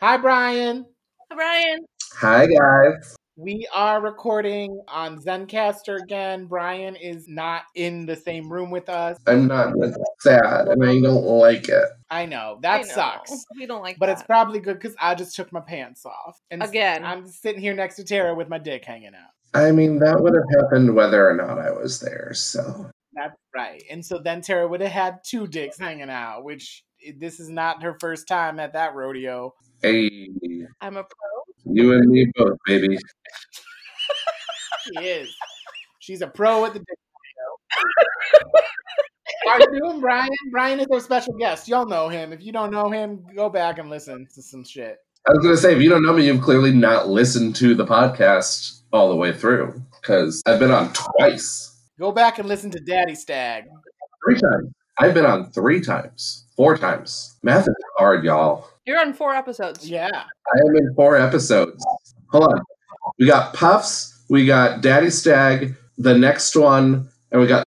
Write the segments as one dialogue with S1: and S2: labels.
S1: Hi, Brian.
S2: Hi, Brian.
S3: Hi, guys.
S1: We are recording on Zencaster again. Brian is not in the same room with us.
S3: I'm not that's sad and I don't like it.
S1: I know that
S2: I know.
S1: sucks,
S2: We don't like
S1: but
S2: that.
S1: it's probably good because I just took my pants off and s-
S2: Again.
S1: I'm sitting here next to Tara with my dick hanging out.
S3: I mean, that would have happened whether or not I was there. So,
S1: That's right. And so then Tara would have had two dicks hanging out, which eh, this is not her first time at that rodeo.
S3: hey,
S2: I'm a pro.
S3: you and me both, baby.
S1: She is. She's a pro at the dick. rodeo. How you doing, Brian? Brian is our special guest. Y'all know him. If you don't know him, go back and listen to some shit.
S3: I was going to say, if you don't know me, you've clearly not listened to the podcast all the way through because I've been on twice,
S1: Go back and listen to Daddy Stag.
S3: three times. I've been on three times, four times. Math is hard, y'all.
S2: You're on four episodes.
S1: Yeah.
S3: I am in four episodes. Hold on. We got Puffs, we got Daddy Stag, the next one, and we got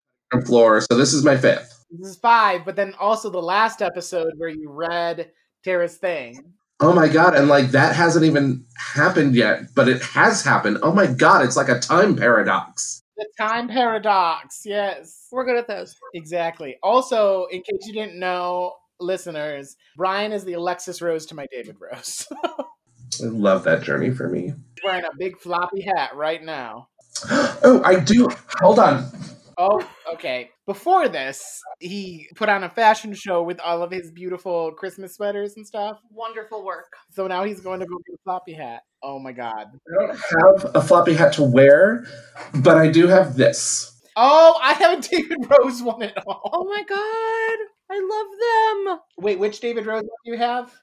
S3: Floor. So this is my fifth.
S1: This is five, but then also the last episode where you read Tara's thing.
S3: Oh my god, and like that hasn't even happened yet, but it has happened. Oh my god, it's like a time paradox.
S1: The time paradox. Yes.
S2: We're good at those.
S1: Exactly. Also, in case you didn't know, listeners, Brian is the Alexis Rose to my David Rose.
S3: I love that journey for me.
S1: Wearing a big floppy hat right now.
S3: Oh, I do. Hold on.
S1: Oh, okay. Before this, he put on a fashion show with all of his beautiful Christmas sweaters and stuff.
S2: Wonderful work.
S1: So now he's going to go get a floppy hat. Oh my god.
S3: I don't have a floppy hat to wear, but I do have this.
S1: Oh, I have a David Rose one at all.
S2: Oh my god. I love them.
S1: Wait, which David Rose one do you have?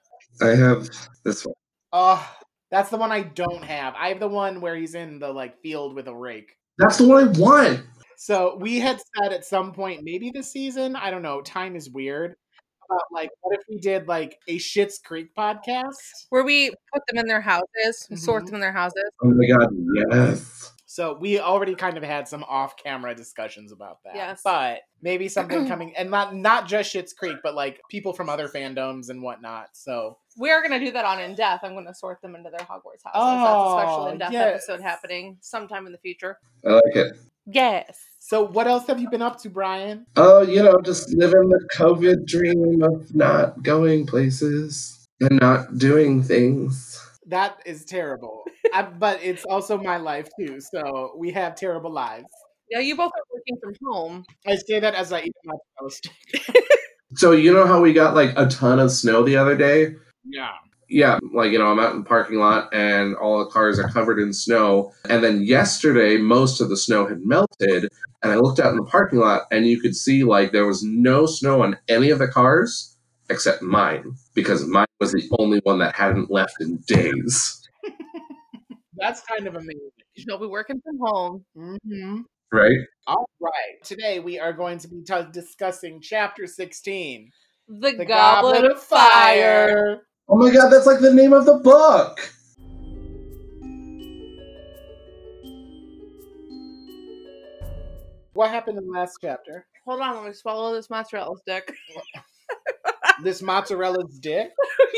S3: I have this one.
S1: Oh, that's the one I don't have. I have the one where he's in the like field with a rake.
S3: That's the one I want.
S1: So we had said at some point, maybe this season, I don't know, time is weird. About like, what if we did like a Shits Creek podcast?
S2: Where we put them in their houses, and sort
S1: Mhm.
S2: them in their houses.
S3: Oh my god, yes.
S1: So we already kind of had some off-camera discussions about that.
S2: Yes.
S1: but maybe something coming, and not not just Shits Creek, but like people from other fandoms and whatnot. So
S2: We are going to do that on In Death. I'm going to sort them into their Hogwarts houses.
S1: Oh,
S2: That's a special In Death
S1: yes.
S2: episode happening sometime in the future.
S3: I like it.
S2: Yes.
S1: so what else have you been up to, Brian?
S3: Oh, you know, just living the COVID dream of not going places and not doing things.
S1: That is terrible. I, but it's also my life too. So we have terrible lives.
S2: Yeah, you both are working from home.
S1: I say that as I eat my toast.
S3: So, you know how we got like a ton of snow the other day?
S1: Yeah.
S3: Yeah, like, you know, I'm out in the parking lot and all the cars are covered in snow. And then yesterday, most of the snow had melted. And I looked out in the parking lot and you could see like there was no snow on any of the cars except mine because mine was the only one that hadn't left in days.
S1: That's kind of amazing.
S2: You'll be working from home.
S1: Mm-hmm.
S3: Right?
S1: All right. Today we are going to be t- discussing chapter 16
S2: The, Goblet, of Fire.
S3: Oh my god, that's like the name of the book.
S1: What happened in the last chapter?
S2: Hold on, let me swallow this mozzarella stick.
S1: This mozzarella's dick?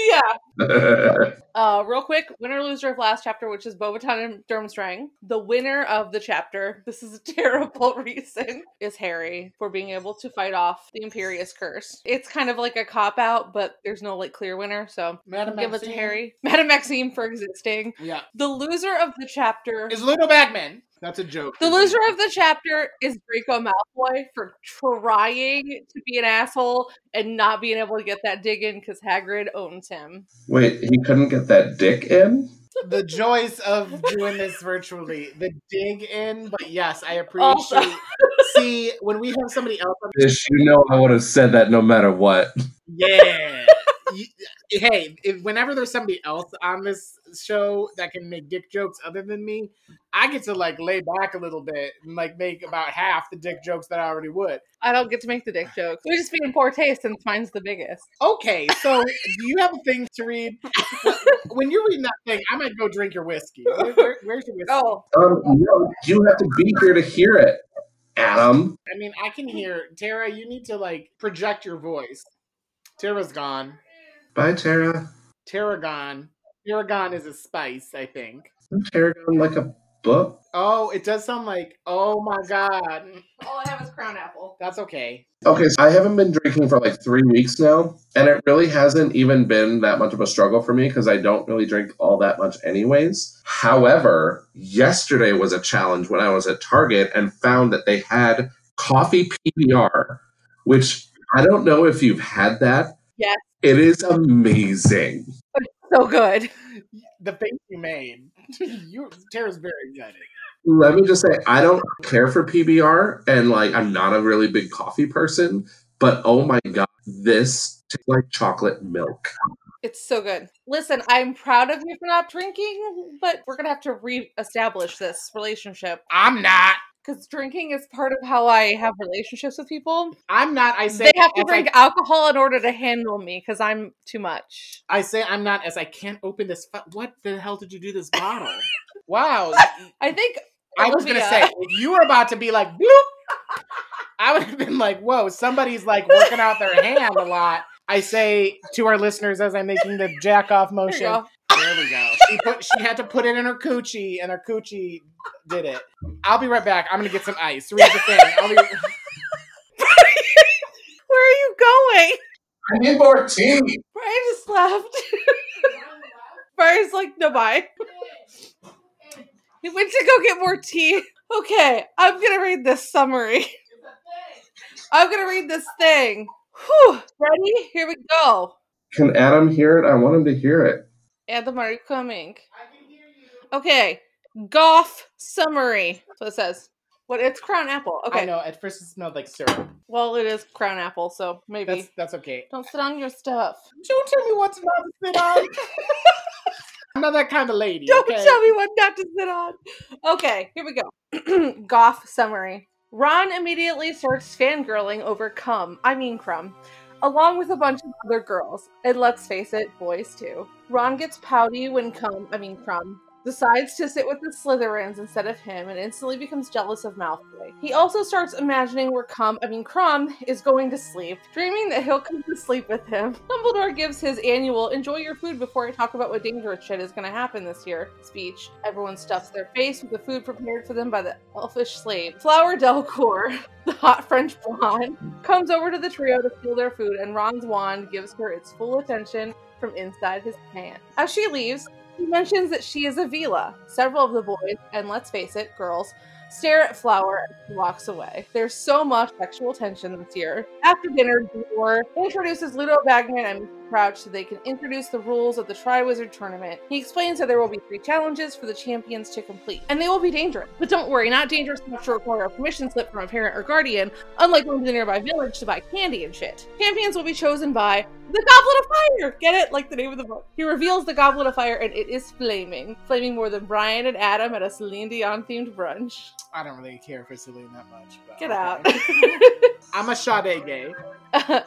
S2: yeah.
S3: oh
S2: Uh, real quick, winner loser of last chapter, which is Bobaton and Durmstrang. The winner of the chapter, this is a terrible reason, is Harry for being able to fight off the Imperious Curse. It's kind of like a cop out, but there's no like clear winner, so
S1: Madam
S2: give it to
S1: Maxine?
S2: Harry. Madam Maxime for existing.
S1: Yeah.
S2: The loser of the chapter.
S1: Is Ludo Bagman. That's a joke.
S2: the loser of the chapter is Draco Malfoy for trying to be an asshole and not being able to get that dig in because Hagrid owns him.
S3: Wait, he couldn't get that dick in?
S1: the joys of doing this virtually. The dig in, but yes, I appreciate
S2: Also-
S1: See, when we have somebody else on
S3: Bish, you know I would have said that no matter what.
S1: Yeah. You- hey, if, whenever there's somebody else on this show that can make dick jokes other than me, I get to like lay back a little bit and like make about half the dick jokes that I already would.
S2: I don't get to make the dick jokes. We just be in poor taste since mine's the biggest.
S1: Okay, so do you have a thing to read? when you're reading that thing, I might go drink your whiskey. Where- where- where's your whiskey?
S2: Oh,
S3: Um, no, you have to be here to hear it, Adam.
S1: I mean, I can hear Tara. You need to like project your voice. Tara's gone.
S3: Bye, Tara.
S1: Tara gone. Tarragon is a spice, I think.
S3: Isn't tarragon like a book?
S1: Oh, it does sound like, oh my God.
S2: All I have is crown apple.
S1: That's okay.
S3: Okay, so I haven't been drinking for like three weeks now, and it really hasn't even been that much of a struggle for me because I don't really drink all that much, anyways. However, yesterday was a challenge when I was at Target and found that they had coffee PBR, which I don't know if you've had that.
S2: Yes.
S3: It is amazing.
S2: So good.
S1: The face you made. you, Tara's very good. at it.
S3: Let me just say, I don't care for PBR, and like, I'm not a really big coffee person, but oh my God, this tastes like chocolate milk.
S2: It's so good. Listen, I'm proud of you for not drinking, but we're gonna have to reestablish this relationship
S1: I'm not.
S2: because drinking is part of how I have relationships with people.
S1: I'm not. I say
S2: They have to
S1: as I-
S2: drink alcohol in order to handle me because I'm too much.
S1: I say I'm not as I can't open this. Fu- what the hell did you do this bottle? wow.
S2: I think
S1: I was going to
S2: Olivia-
S1: say, if you were about to be like, bloop, I would have been like, whoa, somebody's like working out their hand a lot. I say to our listeners as I'm making the jack off
S2: There you
S1: motion.
S2: go.
S1: There we go. She put she had to put it in her coochie, and her coochie did it. I'll be right back. I'm gonna get some ice. Read the thing. I'll be,
S2: Where are you going?
S3: I need more tea.
S2: Brian just left. Brian's like, no bye. He went to go get more tea. Okay, I'm gonna read this summary. I'm gonna read this thing. Whew. Ready? Here we go.
S3: Can Adam hear it? I want him to hear it.
S2: Adam, are you coming? Okay. Golf summary. That's what it says. What it's crown apple.
S1: I
S2: Okay.
S1: know. At first, it smelled like syrup.
S2: Well, it is crown apple, so maybe.
S1: That's that's okay.
S2: Don't sit on your stuff.
S1: Don't tell me what to not sit on. I'm not that kind of lady.
S2: Don't
S1: okay?
S2: tell me what not to sit on. Okay, here we go. Goff summary. Ron immediately starts fangirling over Cum, I mean Crumb, along with a bunch of other girls. And let's face it, boys too. Ron gets pouty when Cum, I mean Crumb, decides to sit with the Slytherins instead of him and instantly becomes jealous of Malfoy. He also starts imagining where Cum, I mean Crumb, is going to sleep, dreaming that he'll come to sleep with him. Dumbledore gives his annual "Enjoy your food before I talk about what dangerous shit is going to happen this year" speech. Everyone stuffs their face with the food prepared for them by the elfish slave. Flower Delcourt, the hot French blonde, comes over to the trio to steal their food, and Ron's wand gives her its full attention from inside his hand. As she leaves, he mentions that she is a Vila. Several of the boys, and let's face it, girls, stare at Flower as she walks away. There's so much sexual tension this year. After dinner, Dumbledore introduces Ludo Bagman and Mr. Crouch so they can introduce the rules of the Triwizard Tournament. He explains that there will be three challenges for the champions to complete, and they will be dangerous. But don't worry, not dangerous enough to require a permission slip from a parent or guardian, unlike going to the nearby village to buy candy and shit. Champions will be chosen by the Goblet of Fire! Get it? Like the name of the book. He reveals the Goblet of Fire and it is flaming. Flaming more than Brian and Adam at a Celine Dion themed brunch.
S1: I don't really care for Celine that much. But
S2: Get
S1: okay.
S2: out. Uh,
S1: I'm a Sade gay.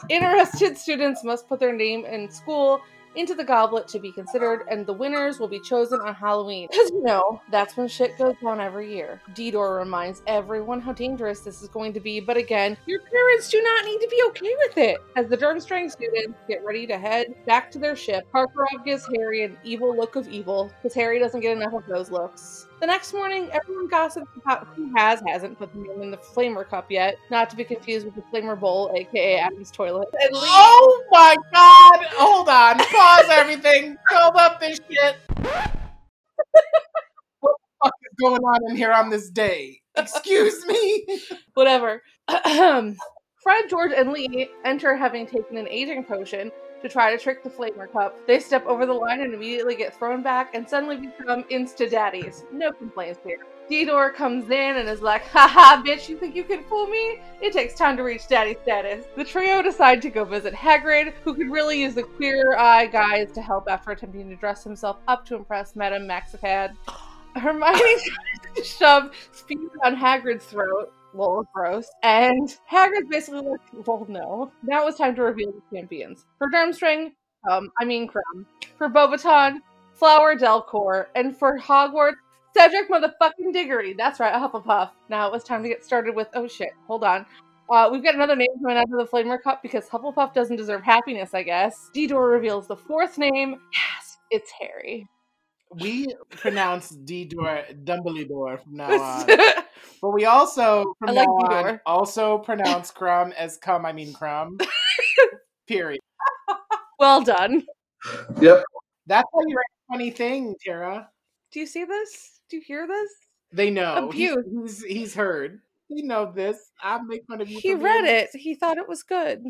S2: Interested students must put their name and school into the goblet to be considered, and the winners will be chosen on Halloween. Because you know, that's when shit goes down every year. Didor reminds everyone how dangerous this is going to be, but again, your parents do not need to be okay with it. As the Durmstrang students get ready to head back to their ship, Karkaroff gives Harry an evil look of evil, because Harry doesn't get enough of those looks. The next morning, everyone gossips about who has hasn't put the name in the flamer cup yet, not to be confused with the flamer bowl, aka Adam's toilet. And leaves.
S1: Oh my god! Hold on, pause everything, comb up this shit. what the fuck is going on in here on this day? Excuse me.
S2: whatever. Fred, George, and Lee enter having taken an aging potion to try to trick the Flamer Cup. They step over the line and immediately get thrown back and suddenly become insta daddies. No complaints here. Didor comes in and is like, haha, bitch, you think you can fool me? It takes time to reach daddy status. The trio decide to go visit Hagrid, who could really use the queer eye guys to help after attempting to dress himself up to impress Madame Maxipad. Hermione shove spears on Hagrid's throat. Lol, gross. And Hagrid's basically like, well, no. Now it was time to reveal the champions. For Durmstrang, um, I mean Crumb. For Bobaton, Flower Delcor. And for Hogwarts, Cedric motherfucking Diggory. That's right, a Hufflepuff. Now it was time to get started with, oh shit, hold on. Uh, we've got another name coming out of the Flamer Cup because Hufflepuff doesn't deserve happiness, I guess. Didor reveals the fourth name. Yes, it's Harry.
S1: We pronounce Didor Dumbledore from now on. But we also
S2: I
S1: from
S2: like
S1: now on,
S2: Didor.
S1: also pronounce crumb as cum, I mean crumb. Period.
S2: well done.
S3: Yep.
S1: That's how you write a funny thing, Tara.
S2: Do you see this? Do you hear this?
S1: They know. He- he's
S2: Abuse.
S1: he's heard. They know this. I make fun of you.
S2: He
S1: for
S2: read
S1: being-
S2: it. He thought it was good.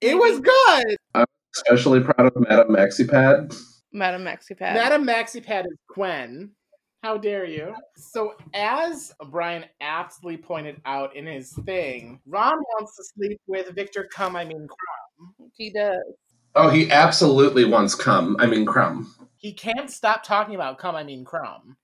S1: It was good.
S3: Especially proud of Madame Maxipad.
S2: Madam Maxipad.
S1: Madam Maxipad is Gwen. How dare you? So, as Brian aptly pointed out in his thing, Ron wants to sleep with Victor Cum, I mean Crumb.
S2: He does.
S3: Oh, he absolutely wants cum. I mean crumb.
S1: He can't stop talking about Cum, I mean Crumb.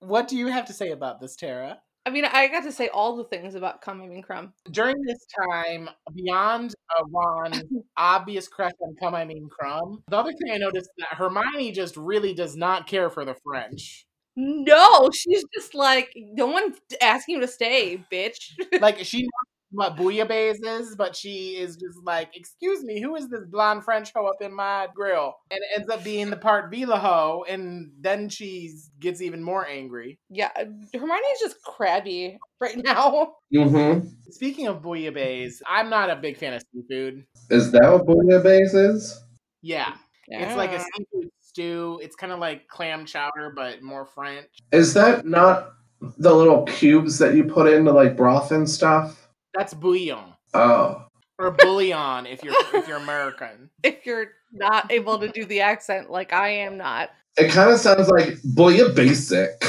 S1: what do you have to say about this, Tara?
S2: I mean, I got to say all the things about Cum, I mean Crumb.
S1: during this time, beyond uh, Ron's obvious crush on Come I Mean Crumb, the other thing I noticed that Hermione just really does not care for the French.
S2: No, she's just like, no one's asking you to stay, bitch.
S1: Like she knows what bouillabaisse is, but she is just like, "Excuse me, who is this blonde French hoe up in my grill?" And it ends up being the part Vila hoe, and then she gets even more angry.
S2: yeah, Hermione's just crabby right now.
S3: Mm-hmm.
S1: Speaking of bouillabaisse, I'm not a big fan of seafood.
S3: Is that what bouillabaisse is?
S1: Yeah, it's like a
S2: Yeah.
S1: seafood stew. It's kind of like clam chowder, but more French.
S3: Is that not the little cubes that you put into like broth and stuff?
S1: That's bouillon
S3: Oh.
S1: or bouillon if you're if you're American.
S2: if you're not able to do the accent like I am not.
S3: It kind of sounds like basic.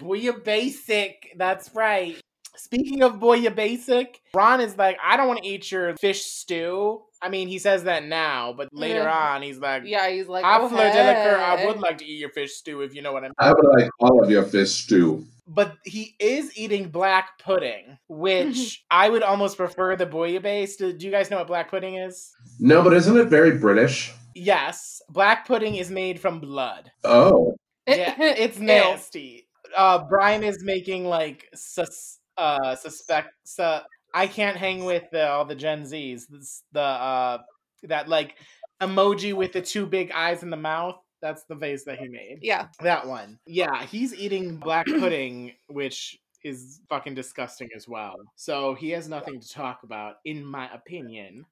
S1: Bouillon basic. That's right. Speaking of Boya Basic, Ron is like, I don't want to eat your fish stew. I mean, he says that now, but later
S2: Yeah.
S1: on, he's like,
S2: Yeah, he's like,
S1: I
S2: "Go
S1: fleur de liqueur, I
S2: ahead."
S1: would like to eat your fish stew if you know what I mean.
S3: I would like all of your fish stew.
S1: But he is eating black pudding, which I would almost prefer the bouillabaisse. Do, do you guys know what black pudding is?
S3: No, but isn't it very British?
S1: Yes, black pudding is made from blood.
S3: Oh.
S1: yeah, it's
S2: Ew.
S1: nasty. Uh, Brian is making like sus uh suspect. Su- I can't hang with the, all the Gen Zs. This, the uh that like emoji with the two big eyes in the mouth. That's the face that he made.
S2: Yeah,
S1: That one. Yeah, he's eating black pudding, which is fucking disgusting as well. So he has nothing to talk about, in my opinion.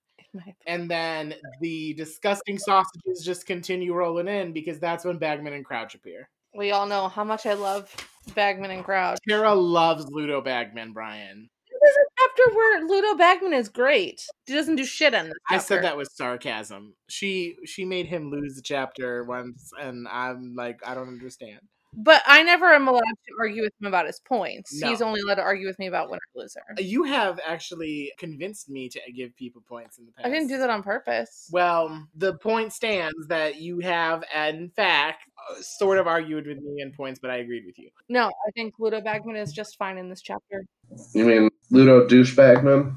S1: And then the disgusting sausages just continue rolling in because that's when Bagman and Crouch appear.
S2: we all know how much I love Bagman and Crouch.
S1: Tara loves Ludo Bagman, Brian.
S2: This is a chapter where Ludo Bagman is great. He doesn't do shit on this.
S1: I said
S2: chapter.
S1: that with sarcasm. She she made him lose the chapter once, and I'm like, I don't understand.
S2: but I never am allowed to argue with him about his points.
S1: No.
S2: He's only allowed to argue with me about winner or loser.
S1: Uh, You have actually convinced me to give people points in the past.
S2: I didn't do that on purpose.
S1: Well, the point stands that you have, in fact, uh, sort of argued with me in points, but I agreed with you.
S2: No, I think Ludo Bagman is just fine in this chapter.
S3: You mean Ludo Douchebagman?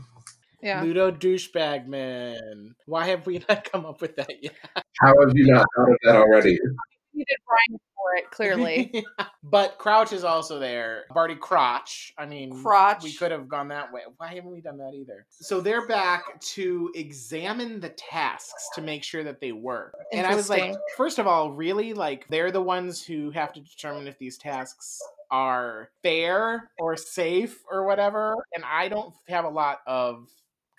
S2: Yeah,
S1: Ludo douchebagman. Why have we not come up with that yet?
S3: How have you not thought of that already?
S2: he did Brian for it clearly.
S1: but Crouch is also there. Barty Crotch. I mean,
S2: Crotch.
S1: We could have gone that way. Why haven't we done that either? So they're back to examine the tasks to make sure that they work. And I was like,
S2: Interesting.
S1: first of all, really, like they're the ones who have to determine if these tasks are fair or safe or whatever. And I don't have a lot of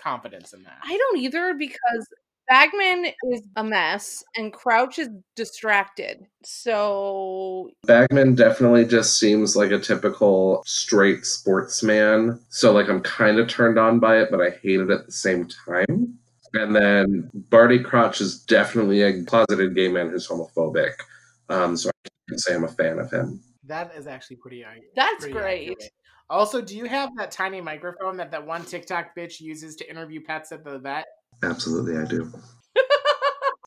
S1: confidence in that.
S2: I don't either because Bagman is a mess and Crouch is distracted. So
S3: Bagman definitely just seems like a typical straight sportsman. So, like, I'm kind of turned on by it, but I hate it at the same time. And then Barty Crotch is definitely a closeted gay man who's homophobic. Um, so I can't say I'm a fan of him.
S1: That is actually pretty. ac-
S2: That's
S1: pretty
S2: great.
S1: accurate. Also, do you have that tiny microphone that that one TikTok bitch uses to interview pets at the vet?
S3: Absolutely, I do.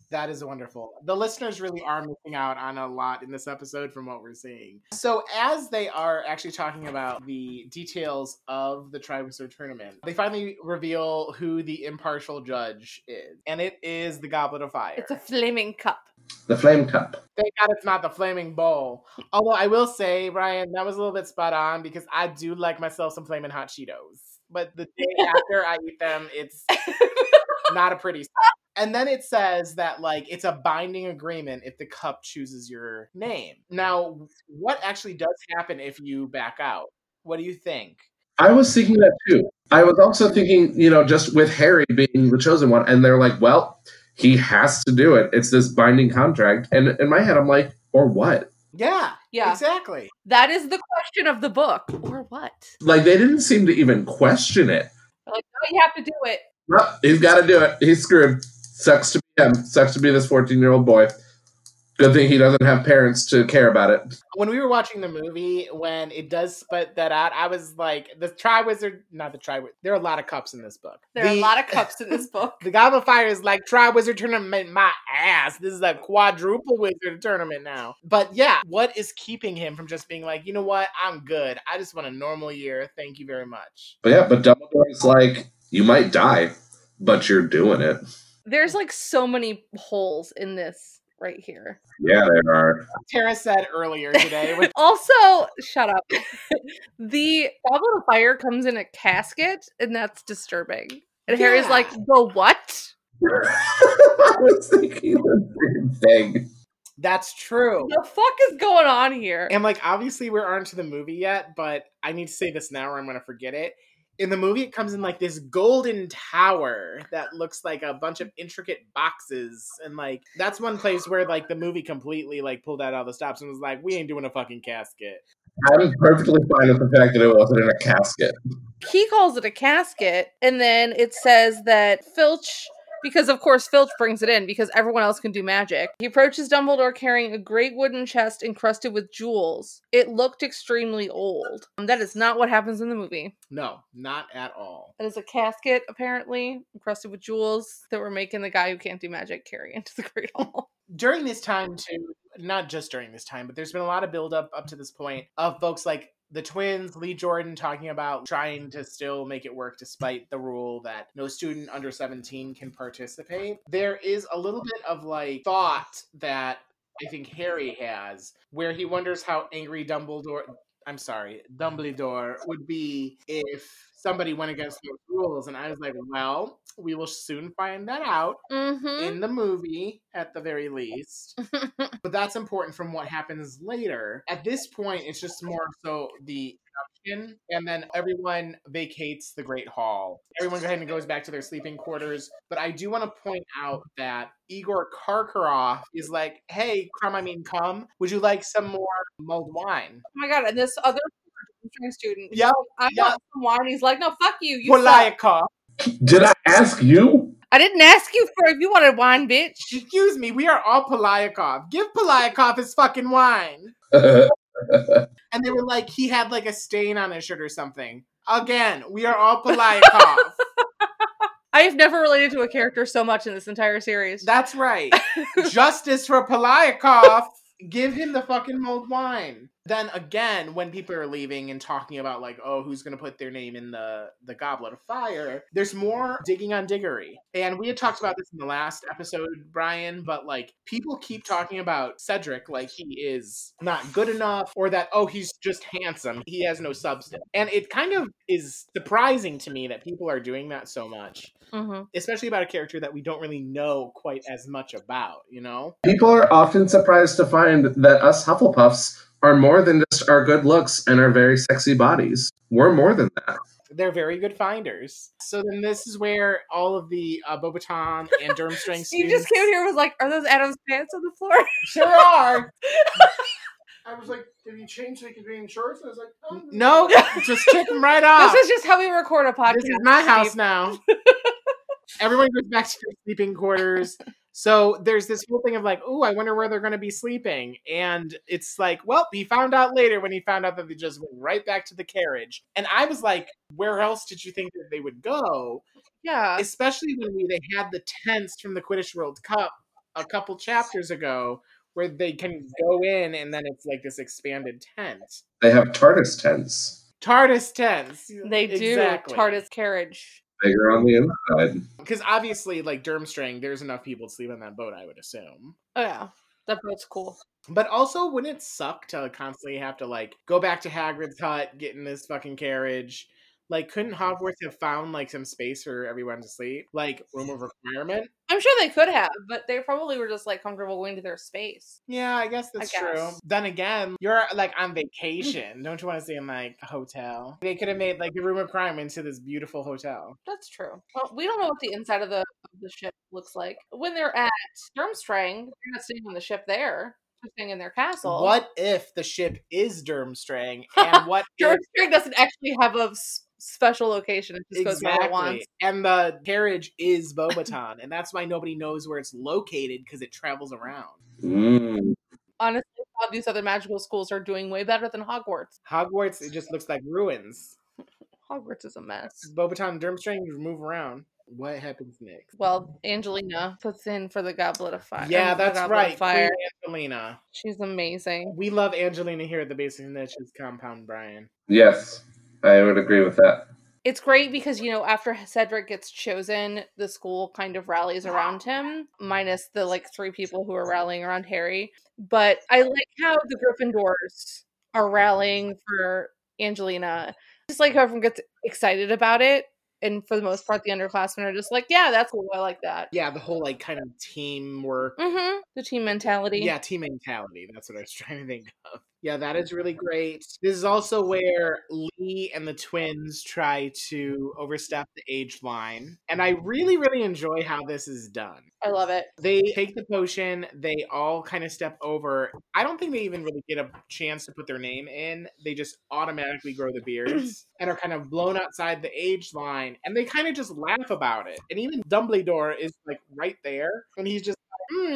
S1: That is wonderful. The listeners really are missing out on a lot in this episode from what we're seeing. So, as they are actually talking about the details of the Triwizard Tournament, they finally reveal who the impartial judge is, and it is the Goblet of Fire.
S2: it's a flaming cup.
S3: The Flame Cup.
S1: Thank God it's not the flaming bowl. Although I will say, Ryan, that was a little bit spot on because I do like myself some flaming hot Cheetos. But the day after I eat them, it's not a pretty sight. And then it says that like it's a binding agreement if the cup chooses your name. Now, what actually does happen if you back out? What do you think?
S3: I was thinking that too. I was also thinking, you know, just with Harry being the chosen one, and they're like, well, he has to do it. It's this binding contract. And in my head, I'm like, or what?
S1: Yeah,
S2: Yeah.
S1: exactly.
S2: That is the question of the book. Or what?
S3: Like, they didn't seem to even question it.
S2: Like, oh, you have to do it.
S3: Well, he's got to do it. He's screwed. Sucks to be him. Sucks to be this 14 year old boy. Good thing he doesn't have parents to care about it.
S1: When we were watching the movie, when it does split that out, I was like, the Triwizard, not the Triwizard, there are a lot of cups in this book.
S2: There are a
S1: The-
S2: lot of cups in this book.
S1: The Goblet of Fire is like Tri Wizard tournament, my ass. This is a quadruple wizard tournament now. But yeah, what is keeping him from just being like, you know what? I'm good. I just want a normal year. Thank you very much.
S3: But yeah, but Dumbledore's like, you might die, but you're doing it.
S2: There's like so many holes in this right here.
S3: Yeah, there are.
S1: Tara said earlier today with
S2: also, shut up. the goblet of fire comes in a casket, and that's disturbing. And Harry's
S1: Yeah.
S2: like, the what?
S3: I was thinking the same thing.
S1: that's true.
S2: The fuck is going on here?
S1: And like, obviously, we aren't to the movie yet, but I need to say this now or I'm going to forget it. In the movie, it comes in like this golden tower that looks like a bunch of intricate boxes. And like, that's one place where like the movie completely like pulled out all the stops and was like, we ain't doing a fucking casket.
S3: I'm perfectly fine with the fact that it wasn't in a casket.
S2: he calls it a casket and then it says that filch because of course filch brings it in because everyone else can do magic he approaches dumbledore carrying a great wooden chest encrusted with jewels it looked extremely old Um, that is not what happens in the movie
S1: No, not at all.
S2: that is a casket apparently encrusted with jewels that we're making the guy who can't do magic carry into the great hall
S1: During this time, too, not just during this time, but there's been a lot of buildup up to this point of folks like the twins, Lee Jordan, talking about trying to still make it work despite the rule that no student under 17 can participate. There is a little bit of like thought that I think Harry has where he wonders how angry Dumbledore. I'm sorry, Dumbledore would be if somebody went against those rules. And I was like, well, we will soon find that out
S2: mm-hmm
S1: in the movie at the very least but that's important from what happens later at this point it's just more so the introduction and then everyone vacates the great hall everyone go ahead and goes back to their sleeping quarters but i do want to point out that igor karkaroff is like hey crumb i mean come would you like some more mulled wine
S2: oh my god and this other student
S1: yeah
S2: i
S1: yeah.
S2: want some wine he's like no fuck you, you suck.
S1: Polyakov.
S3: Did I ask you?
S2: i didn't ask you for if you wanted wine bitch
S1: excuse me we are all Polyakov. give Polyakov his fucking wine and they were like he had like a stain on his shirt or something. Again, we are all Polyakov.
S2: I have never related to a character so much in this entire series.
S1: That's right. Justice for Polyakov. Give him the fucking mulled wine. Then again, when people are leaving and talking about like, oh, who's gonna put their name in the the goblet of fire? There's more digging on Diggory, and we had talked about this in the last episode, Brian. But like, people keep talking about Cedric like he is not good enough, or that oh, he's just handsome. He has no substance, and it kind of is surprising to me that people are doing that so much
S2: Mhm.
S1: especially about a character that we don't really know quite as much about, you know?
S3: People are often surprised to find that us Hufflepuffs are more than just our good looks and our very sexy bodies. We're more than that.
S1: They're very good finders. So then this is where all of the uh, Bobaton and Durmstrang students
S2: Steve just came here and was like, "Are those Adam's pants on the floor?"
S1: sure are.
S4: I was like, did he change so he could be in shorts? And I was like, oh,
S1: No, just kick them right off.
S2: this is just how we record a podcast.
S1: This is my
S2: Steve.
S1: house now. Everyone goes back to their sleeping quarters. So there's this whole thing of like, oh, I wonder where they're going to be sleeping. And it's like, well, he found out later when he found out that they just went right back to the carriage. And I was like, where else did you think that they would go?
S2: Yeah,
S1: especially when we they had the tents from the Quidditch World Cup a couple chapters ago, where they can go in and then it's like this expanded tent,
S3: They have TARDIS tents.
S1: TARDIS tents.
S2: they do. TARDIS carriage.
S3: Bigger on the inside.
S1: because obviously, like Durmstrang, there's enough people to sleep on that boat, I would assume.
S2: Oh yeah, that boat's cool.
S1: But also, wouldn't it suck to constantly have to like go back to Hagrid's hut, get in this fucking carriage? Like, couldn't Hogwarts have found like some space for everyone to sleep, like room of requirement?
S2: I'm sure they could have, but they probably were just like comfortable going to their space.
S1: Yeah, I guess that's
S2: I guess.
S1: true. Then again, you're uh, like on vacation. Don't you want to stay in like a hotel? They could have made like the room of crime into this beautiful hotel.
S2: That's true. Well, we don't know what the inside of the of the ship looks like. When they're at Durmstrang, they're not staying on the ship there. They're staying in their castle.
S1: What if the ship is Durmstrang? And what if
S2: Durmstrang doesn't actually have a s- special location. It just goes where it wants.
S1: exactly? And the carriage is Bobaton, and that's why nobody knows where it's located because it travels around.
S3: Mm.
S2: Honestly, all these other magical schools are doing way better than Hogwarts.
S1: Hogwarts, it just looks like ruins.
S2: Hogwarts is a mess.
S1: Bobaton and Durmstrang move around. What happens next?
S2: Well, Angelina puts in for the Goblet of Fire.
S1: yeah,
S2: um, the
S1: that's
S2: Goblet
S1: right.
S2: Of fire.
S1: Queen Angelina.
S2: She's amazing.
S1: We love Angelina here at the Basic Niches compound, Brian.
S3: Yes, I would agree with that.
S2: It's great because you know after Cedric gets chosen, the school kind of rallies around him, minus the like three people who are rallying around Harry. But I like how the Gryffindors are rallying for Angelina. Just like everyone gets excited about it, and for the most part, the underclassmen are just like, "Yeah, that's cool. I like that."
S1: Yeah, the whole like kind of teamwork.
S2: Mm-hmm. The team mentality.
S1: Yeah, team mentality. That's what I was trying to think of. Yeah, that is really great. This is also where Lee and the twins try to overstep the age line. And I really, really enjoy how this is done.
S2: I love it.
S1: They take the potion, they all kind of step over. I don't think they even really get a chance to put their name in. They just automatically grow the beards and are kind of blown outside the age line. And they kind of just laugh about it. And even Dumbledore is like right there. And he's just like,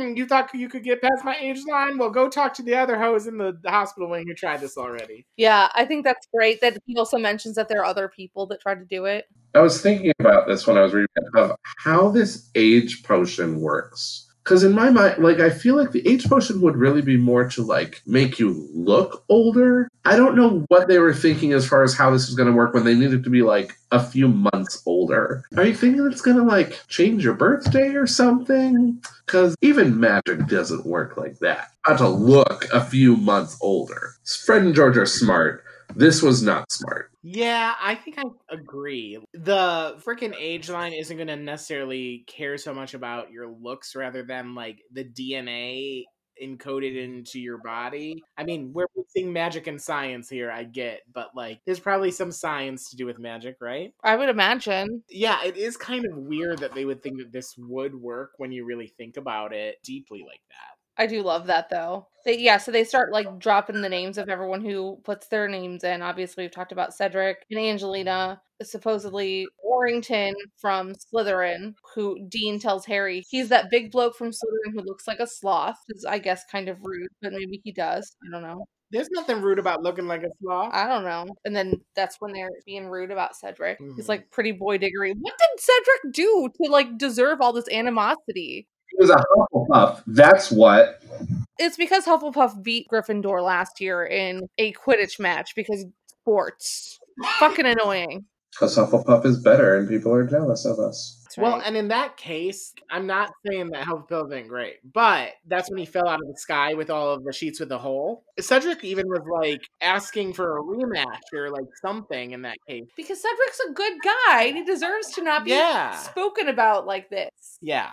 S1: hmm, you thought you could get past my age line? Well, go talk to the other hoes in the hospital wing who tried this already.
S2: Yeah, I think that's great that he also mentions that there are other people that tried to do it.
S3: I was thinking about this when I was reading it, of how this age potion works. Because in my mind, like I feel like the age potion would really be more to like make you look older. I don't know what they were thinking as far as how this was going to work when they needed to be like a few months older. Are you thinking it's going to like change your birthday or something? Because even magic doesn't work like that. Not to look a few months older. Fred and George are smart. This was not smart.
S1: Yeah, I think I agree. The freaking age line isn't going to necessarily care so much about your looks rather than like the DNA encoded into your body. I mean, we're seeing magic and science here, I get, but like there's probably some science to do with magic, right?
S2: I would imagine.
S1: Yeah, it is kind of weird that they would think that this would work when you really think about it deeply like that.
S2: I do love that though. They, yeah, so they start like dropping the names of everyone who puts their names in. Obviously, we've talked about Cedric and Angelina, supposedly Orrington from Slytherin, who Dean tells Harry he's that big bloke from Slytherin who looks like a sloth. Is I guess kind of rude, but maybe he does. I don't know.
S1: There's nothing rude about looking like a sloth.
S2: I don't know. And then that's when they're being rude about Cedric.
S1: Mhm.
S2: He's like pretty boy diggery. What did Cedric do to like deserve all this animosity?
S3: He was a Hufflepuff. That's what.
S2: It's because Hufflepuff beat Gryffindor last year in a Quidditch match because sports. Fucking annoying.
S3: Because Hufflepuff is better and people are jealous of us.
S1: Well, and in that case, I'm not saying that Hufflepuff isn't great, but that's when he fell out of the sky with all of the sheets with the hole. Cedric even was like asking for a rematch or like something in that case.
S2: because Cedric's a good guy and he deserves to not be
S1: Yeah.
S2: spoken about like this.
S1: Yeah.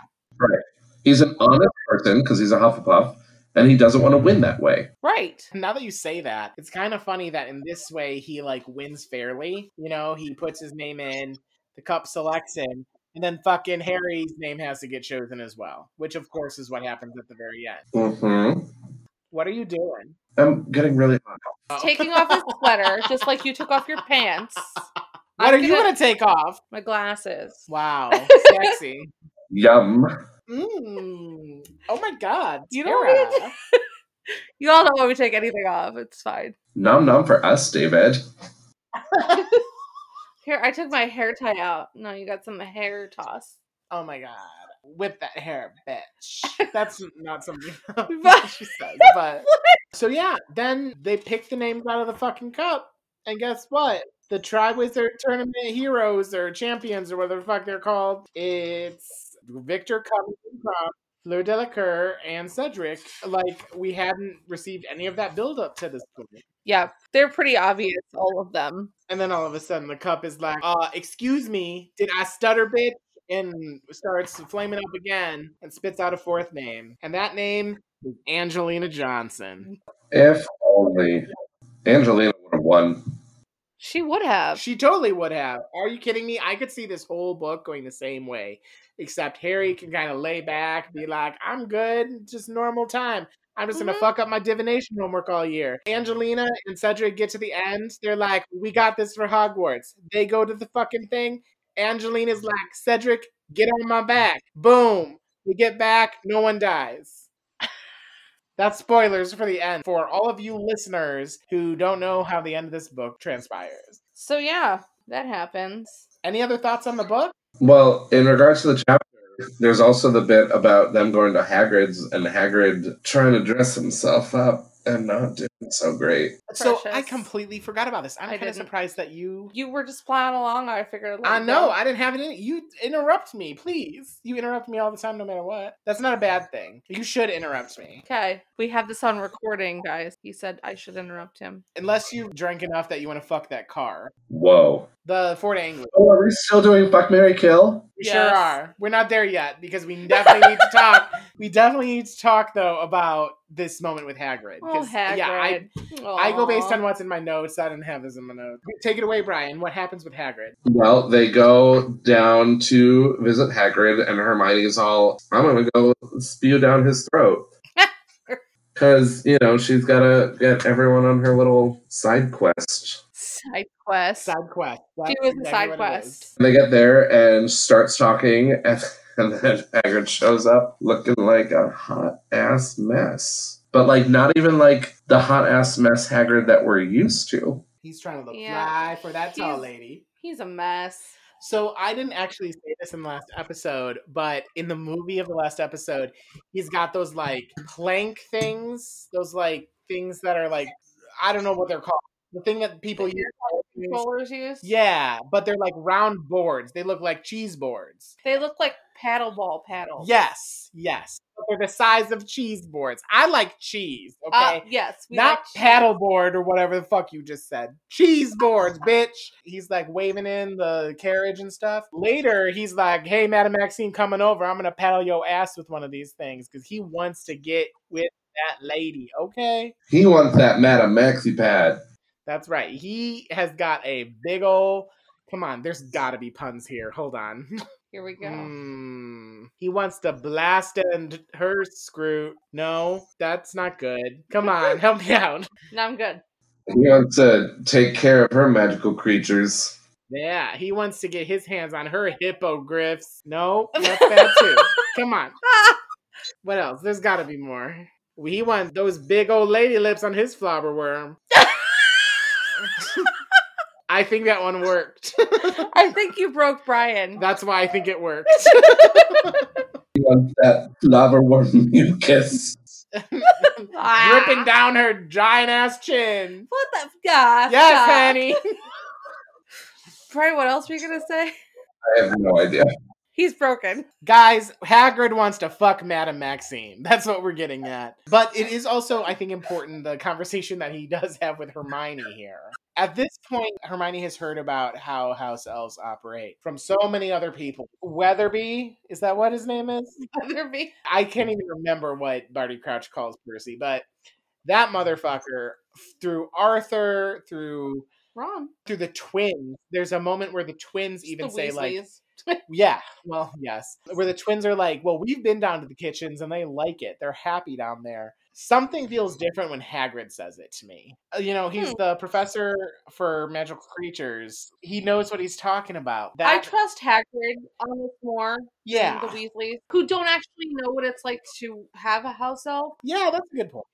S3: He's an honest person because he's a Hufflepuff and he doesn't want to win that way.
S2: Right.
S1: Now that you say that, it's kind of funny that in this way he like wins fairly. You know, he puts his name in, the cup selects him, and then fucking Harry's name has to get chosen as well, which of course is what happens at the very end.
S3: Mm-hmm.
S1: What are you doing?
S3: I'm getting really hot.
S1: Oh.
S2: Taking off his sweater, just like you took off your pants.
S1: What
S2: I'm
S1: are you
S2: gonna-
S1: gonna take off?
S2: My glasses.
S1: Wow, sexy.
S3: Yum.
S1: Mm. Oh my god.
S2: You know what I
S1: Tara.
S2: You all know when we take anything off. It's fine.
S3: Nom nom for us, David.
S2: Here, I took my hair tie out. No, you got some hair toss.
S1: Oh my god. Whip that hair, bitch. That's not something
S2: But-
S1: she says, but so yeah, then they pick the names out of the fucking cup, and guess what? The Triwizard Tournament heroes or champions or whatever the fuck they're called. It's Victor Covington Crumb, Fleur Delacour, and Cedric. Like we hadn't received any of that build up to this point.
S2: Yeah, they're pretty obvious, all of them.
S1: And then all of a sudden, the cup is like, uh, "Excuse me, did I stutter, bitch?" And starts flaming up again and spits out a fourth name, and that name is Angelina Johnson.
S3: If only Angelina would have won.
S2: She would have.
S1: She totally would have. Are you kidding me? I could see this whole book going the same way, except Harry can kind of lay back, be like, "I'm good, just normal time." I'm just gonna
S2: Mhm.
S1: fuck up my divination homework all year. Angelina and Cedric get to the end. They're like, "We got this for Hogwarts." They go to the fucking thing. Angelina's like, "Cedric, get on my back." Boom. We get back. No one dies. That's spoilers for the end for all of you listeners who don't know how the end of this book transpires.
S2: So yeah, that happens.
S1: Any other thoughts on the book?
S3: Well, in regards to the chapter, there's also the bit about them going to Hagrid's and Hagrid trying to dress himself up and not doing so great.
S1: So I
S2: Precious.
S1: completely forgot about this. I'm
S2: I
S1: kind of
S2: didn't.
S1: surprised that you
S2: You were just playing along. I figured. let
S1: I
S2: it
S1: know.
S2: go.
S1: I didn't have it in. You interrupt me, please. You interrupt me all the time, no matter what. That's not a bad thing. You should interrupt me.
S2: Okay, we have this on recording, guys. He said I should interrupt him.
S1: Unless you drank enough that you want to fuck that car.
S3: Whoa.
S1: The Ford Anglia.
S3: Oh, are we still doing Fuck Mary Kill?
S1: We
S2: Yes.
S1: sure are. We're not there yet because we definitely need to talk. We definitely need to talk, though, about this moment with Hagrid.
S2: Oh,
S1: 'cause,
S2: Hagrid.
S1: Yeah, I, I go based
S2: Aw.
S1: on what's in my notes. I didn't have this in my notes. Take it away, Brian. What happens with Hagrid?
S3: Well, they go down to visit Hagrid, and Hermione's all, I'm going to go spew down his throat. Because, you know, she's got to get everyone on her little side quest.
S2: side quest.
S1: Side quest. That's
S2: She was a
S1: exactly
S2: side
S1: what it is.
S2: quest.
S3: And they get there and starts talking, and, and then Hagrid shows up looking like a hot ass mess. But like not even like the hot ass mess Hagrid that we're used to.
S1: He's trying to look
S2: Yeah.
S1: fly for that tall
S2: He's-
S1: lady.
S2: He's a mess.
S1: So I didn't actually say this in the last episode, but in the movie of the last episode, he's got those like plank things, those like things that are like I don't know what they're called. The thing that people use.
S2: Controllers use.
S1: Yeah, but they're like round boards. They look like cheese boards.
S2: They look like paddle ball paddles.
S1: Yes, yes. But they're the size of cheese boards. I like cheese, okay?
S2: Uh, yes. we
S1: Not
S2: like cheese.
S1: paddleboard or whatever the fuck you just said. Cheese boards, bitch. He's like waving in the carriage and stuff. Later, he's like, "Hey, Madam Maxine, coming over. I'm gonna paddle your ass with one of these things because he wants to get with that lady." Okay,
S3: He wants that Madam Maxi pad.
S1: that's right. He has got a big ol'. Come on, there's gotta be puns here. Hold on.
S2: Here we go.
S1: Mm, he wants to blast and her screw. No, that's not good. Come on, help me out.
S2: Now I'm good.
S3: He wants to take care of her magical creatures.
S1: Yeah, he wants to get his hands on her hippogriffs. No, that's bad too. Come on. What else? There's got to be more. He wants those big old lady lips on his flower worm. I think that one worked.
S2: I think you broke Brian.
S1: That's why I think it worked.
S3: He wants that lava worm mucus.
S2: Ah.
S1: Dripping down her giant ass chin.
S2: What the? Yeah.
S1: Yes,
S2: stop.
S1: honey.
S2: Brian, what else were you gonna say?
S3: I have no idea.
S2: He's broken.
S1: Guys, Hagrid wants to fuck Madame Maxine. That's what we're getting at. But it is also, I think, important the conversation that he does have with Hermione here. At this point, Hermione has heard about how house elves operate from so many other people. Weatherby, is that what his name is?
S2: Weatherby.
S1: I can't even remember what Barty Crouch calls Percy, but that motherfucker, through Arthur, through
S2: Ron.
S1: through the twins, there's a moment where the twins even
S2: the
S1: say, like,
S2: Weasleys.
S1: yeah, well, yes. Where the twins are like, well, we've been down to the kitchens and they like it. They're happy down there. Something feels different when Hagrid says it to me. Uh, You know, he's
S2: Hmm.
S1: the professor for magical creatures. He knows what he's talking about.
S2: I
S1: That
S2: trust Hagrid on this more
S1: yeah.
S2: than the Weasleys, who don't actually know what it's like to have a house elf.
S1: yeah, that's a good point.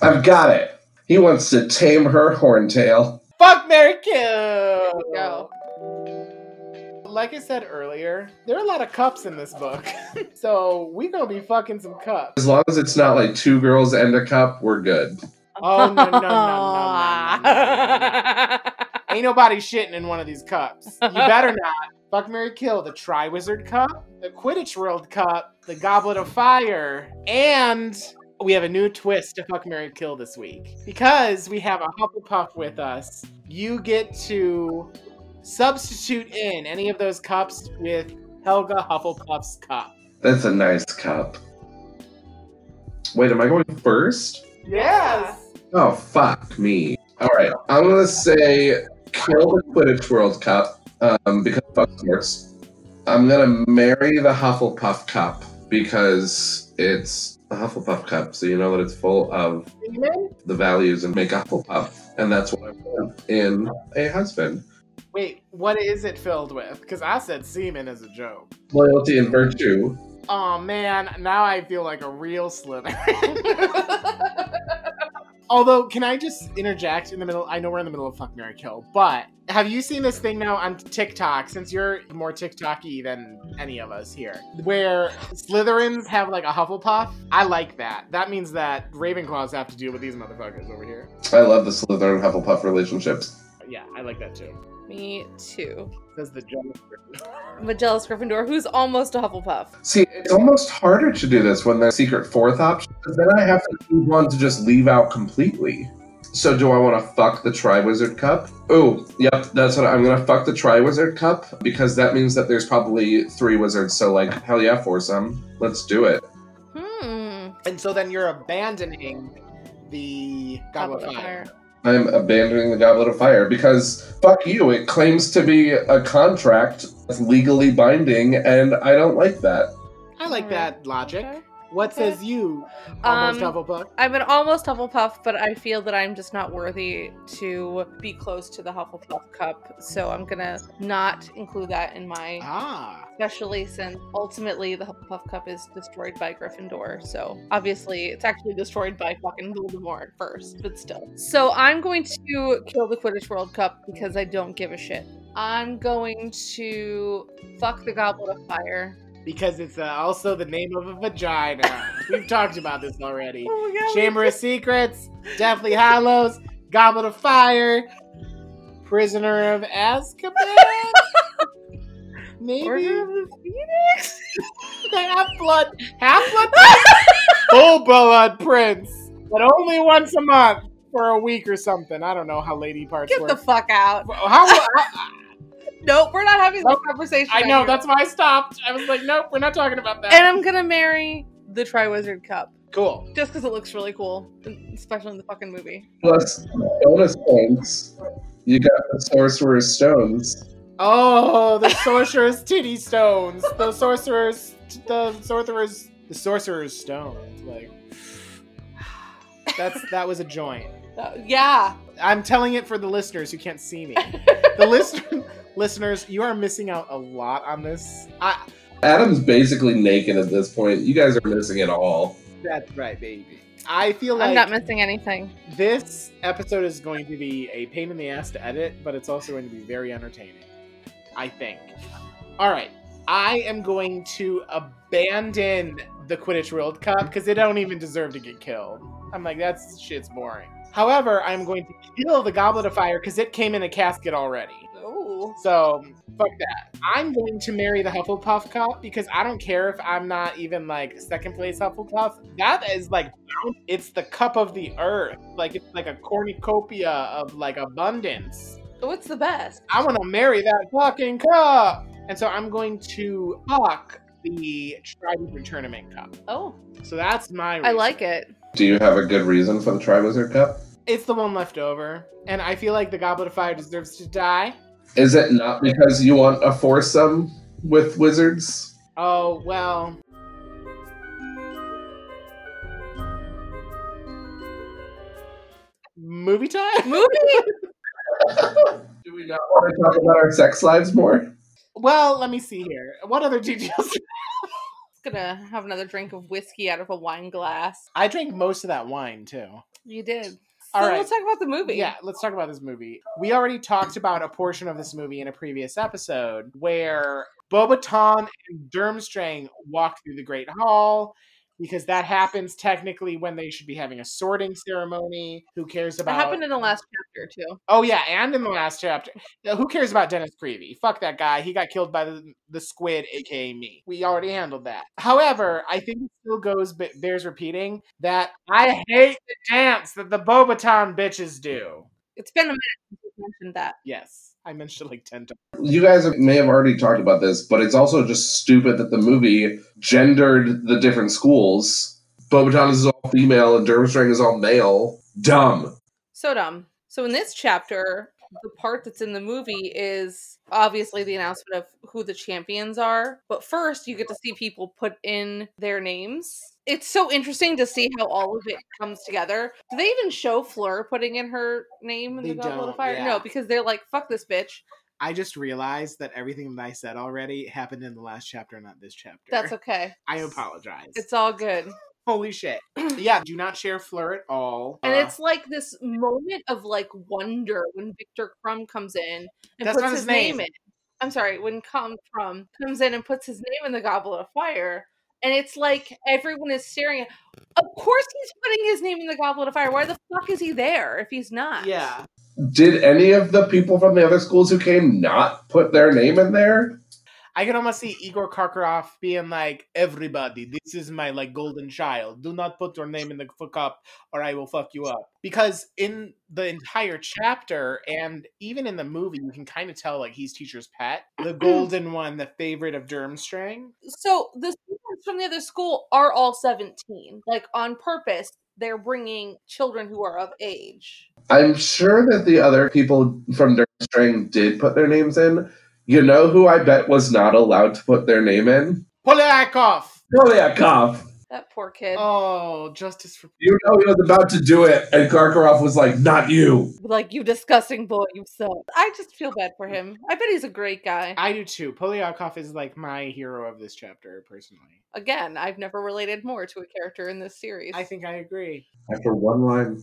S3: I've got it. He wants to tame her horntail.
S1: Fuck Mary Kill.
S2: we go.
S1: Like I said earlier, there are a lot of cups in this book. so we're gonna be fucking some cups.
S3: As long as it's not like two girls and a cup, we're good.
S1: Oh no no no no no, no, no, no. Ain't nobody shitting in one of these cups. You better not. Fuck Mary Kill, the Triwizard Cup, the Quidditch World Cup, the Goblet of Fire, and we have a new twist to Fuck Mary Kill this week. Because we have a Hufflepuff with us, you get to substitute in any of those cups with Helga Hufflepuff's cup.
S3: That's a nice cup. Wait, am I going first?
S2: Yes.
S3: Oh, fuck me. All right, I'm going to say kill the Quidditch World Cup um, because fuck sports. I'm going to marry the Hufflepuff Cup because it's a Hufflepuff Cup, so you know that it's full of
S1: Amen?
S3: the values and make a Hufflepuff, and that's what I want in a husband.
S1: Wait, what is it filled with? Because I said semen as a joke.
S3: Loyalty and virtue.
S1: Oh man, now I feel like a real Slytherin. Although, can I just interject in the middle? I know we're in the middle of Fuck Mary Kill, but have you seen this thing now on TikTok? Since you're more TikToky than any of us here, where Slytherins have like a Hufflepuff. I like that. That means that Ravenclaws have to deal with these motherfuckers over here.
S3: I love the Slytherin Hufflepuff relationships.
S1: Yeah, I like that too.
S2: Me too.
S1: Says the judge.
S2: I'm a jealous Gryffindor who's almost a Hufflepuff.
S3: See, it's almost harder to do this when there's secret fourth option, because then I have to choose one to just leave out completely. So do I want to fuck the Triwizard Cup? Ooh, yep, that's what I- I'm gonna fuck the Triwizard Cup because that means that there's probably three wizards. So like, hell yeah, foursome, let's do it.
S2: Hmm.
S1: And so then you're abandoning the Goblet of
S2: Goblet of
S1: Fire.
S3: I'm abandoning the Goblet of Fire because fuck you. It claims to be a contract that's legally binding, and I don't like that.
S1: I like
S2: Alright.
S1: that logic.
S2: Okay.
S1: What
S2: Okay.
S1: says you, almost
S2: Um,
S1: Hufflepuff?
S2: I'm an almost Hufflepuff, but I feel that I'm just not worthy to be close to the Hufflepuff cup, so I'm gonna not include that in my.
S1: Ah.
S2: Especially since ultimately the Hufflepuff cup is destroyed by Gryffindor, so obviously it's actually destroyed by fucking Voldemort first, but still. So I'm going to kill the Quidditch World Cup because I don't give a shit. I'm going to fuck the Goblet of Fire.
S1: because it's uh, also the name of a vagina. We've talked about this already.
S2: Oh my
S1: Chamber of Secrets, Deathly Hollows, Goblet of Fire, Prisoner of Azkaban. Maybe
S2: Order of the Phoenix.
S1: half blood, half blood, full blood prince, but only once a month for a week or something. I don't know how lady parts
S2: Get
S1: work.
S2: the fuck out.
S1: how, how
S2: Nope, we're not having
S1: Nope.
S2: this conversation.
S1: I
S2: out
S1: know
S2: here.
S1: that's why I stopped. I was like, nope, we're not talking about that.
S2: And I'm gonna marry the Triwizard Cup
S1: cool.
S2: just because it looks really cool, especially in the fucking movie.
S3: Plus bonus points. You got the Sorcerer's Stones.
S1: Oh, the sorcerer's titty stones. The sorcerer's, the sorcerer's, the sorcerer's stones. Like that's that was a joint.
S2: Uh, yeah,
S1: I'm telling it for the listeners who can't see me. The listener, listeners, you are missing out a lot on this. I,
S3: Adam's basically naked at this point. You guys are missing it all.
S1: that's right, baby. I feel like
S2: I'm not missing anything.
S1: this episode is going to be a pain in the ass to edit, but it's also going to be very entertaining. I think. All right. I am going to abandon the Quidditch World Cup because they don't even deserve to get killed. I'm like, that's shit's boring. However, I'm going to kill the Goblet of Fire because it came in a casket already.
S2: Oh,
S1: So fuck that. I'm going to marry the Hufflepuff cup because I don't care if I'm not even like second place Hufflepuff. That is like it's the cup of the earth. Like it's like a cornucopia of like abundance.
S2: what's the best?
S1: I want to marry that fucking cup. And so I'm going to fuck the Trident Tournament cup.
S2: Oh,
S1: So that's my.
S2: I like it.
S3: Do you have a good reason for the Triwizard Cup?
S1: It's the one left over, and I feel like the Goblet of Fire deserves to die.
S3: Is it not because you want a foursome with wizards?
S1: Oh well. Movie time?
S2: Movie.
S3: Do we not want to talk about our sex lives more?
S1: Well, let me see here. What other details?
S2: Just gonna have another drink of whiskey out of a wine glass.
S1: I drank most of that wine too.
S2: You did. So
S1: All right.
S2: we'll talk about the movie.
S1: Yeah, let's talk about this movie. We already talked about a portion of this movie in a previous episode where Bobaton and Durmstrang walk through the Great Hall because that happens technically when they should be having a sorting ceremony. Who cares
S2: That
S1: about?
S2: happened in the last chapter too.
S1: oh yeah, and in the last chapter, Now, who cares about Dennis Creevy? Fuck that guy. He got killed by the, the squid, aka me. We already handled that. However, I think it still goes but bears repeating that I hate the dance that the Bobaton bitches do.
S2: It's been a minute since you mentioned that.
S1: Yes, I mentioned it like ten times.
S3: You guys may have already talked about this, but it's also just stupid that the movie gendered the different schools. Bobaton is all female and Durmstrang is all male. Dumb.
S2: So dumb. So in this chapter, the part that's in the movie is obviously the announcement of who the champions are. But first, you get to see people put in their names. It's so interesting to see how all of it comes together. Do they even show Fleur putting in her name in
S1: They
S2: the Goblet
S1: don't,
S2: of Fire?
S1: yeah.
S2: No, because they're like, "Fuck this bitch."
S1: I just realized that everything that I said already happened in the last chapter, not this chapter.
S2: That's okay.
S1: I apologize.
S2: It's all good.
S1: Holy shit. yeah, do not share Fleur at all.
S2: And
S1: Uh,
S2: it's like this moment of like wonder when Victor Crumb comes in and
S1: That's
S2: puts
S1: not
S2: his,
S1: his
S2: name
S1: name.
S2: in. I'm sorry, when Crumb Crumb comes in and puts his name in the Goblet of Fire, and it's like everyone is staring. at Of course, he's putting his name in the Goblet of Fire. Why the fuck is he there if he's not?
S1: yeah.
S3: Did any of the people from the other schools who came not put their name in there?
S1: I can almost see Igor Karkaroff being like, everybody, this is my like golden child. Do not put your name in the fuck up or I will fuck you up. Because in the entire chapter and even in the movie, you can kind of tell like he's teacher's pet. The golden one, the favorite of Durmstrang.
S2: So the students from the other school are all 17. Like on purpose, they're bringing children who are of age.
S3: I'm sure that the other people from Durmstrang did put their names in. You know who I bet was not allowed to put their name in?
S1: Polyakov!
S3: Polyakov.
S2: That poor kid.
S1: Oh, justice for
S3: You know he was about to do it, and Karkaroff was like, not you.
S2: like you disgusting boy you suck i just feel bad
S1: Mm.
S2: for him i bet he's a great guy
S1: I do too. Polyakov is like my hero of this chapter, personally.
S2: again i've never related more to a character in this series
S1: I think I agree.
S3: After one line.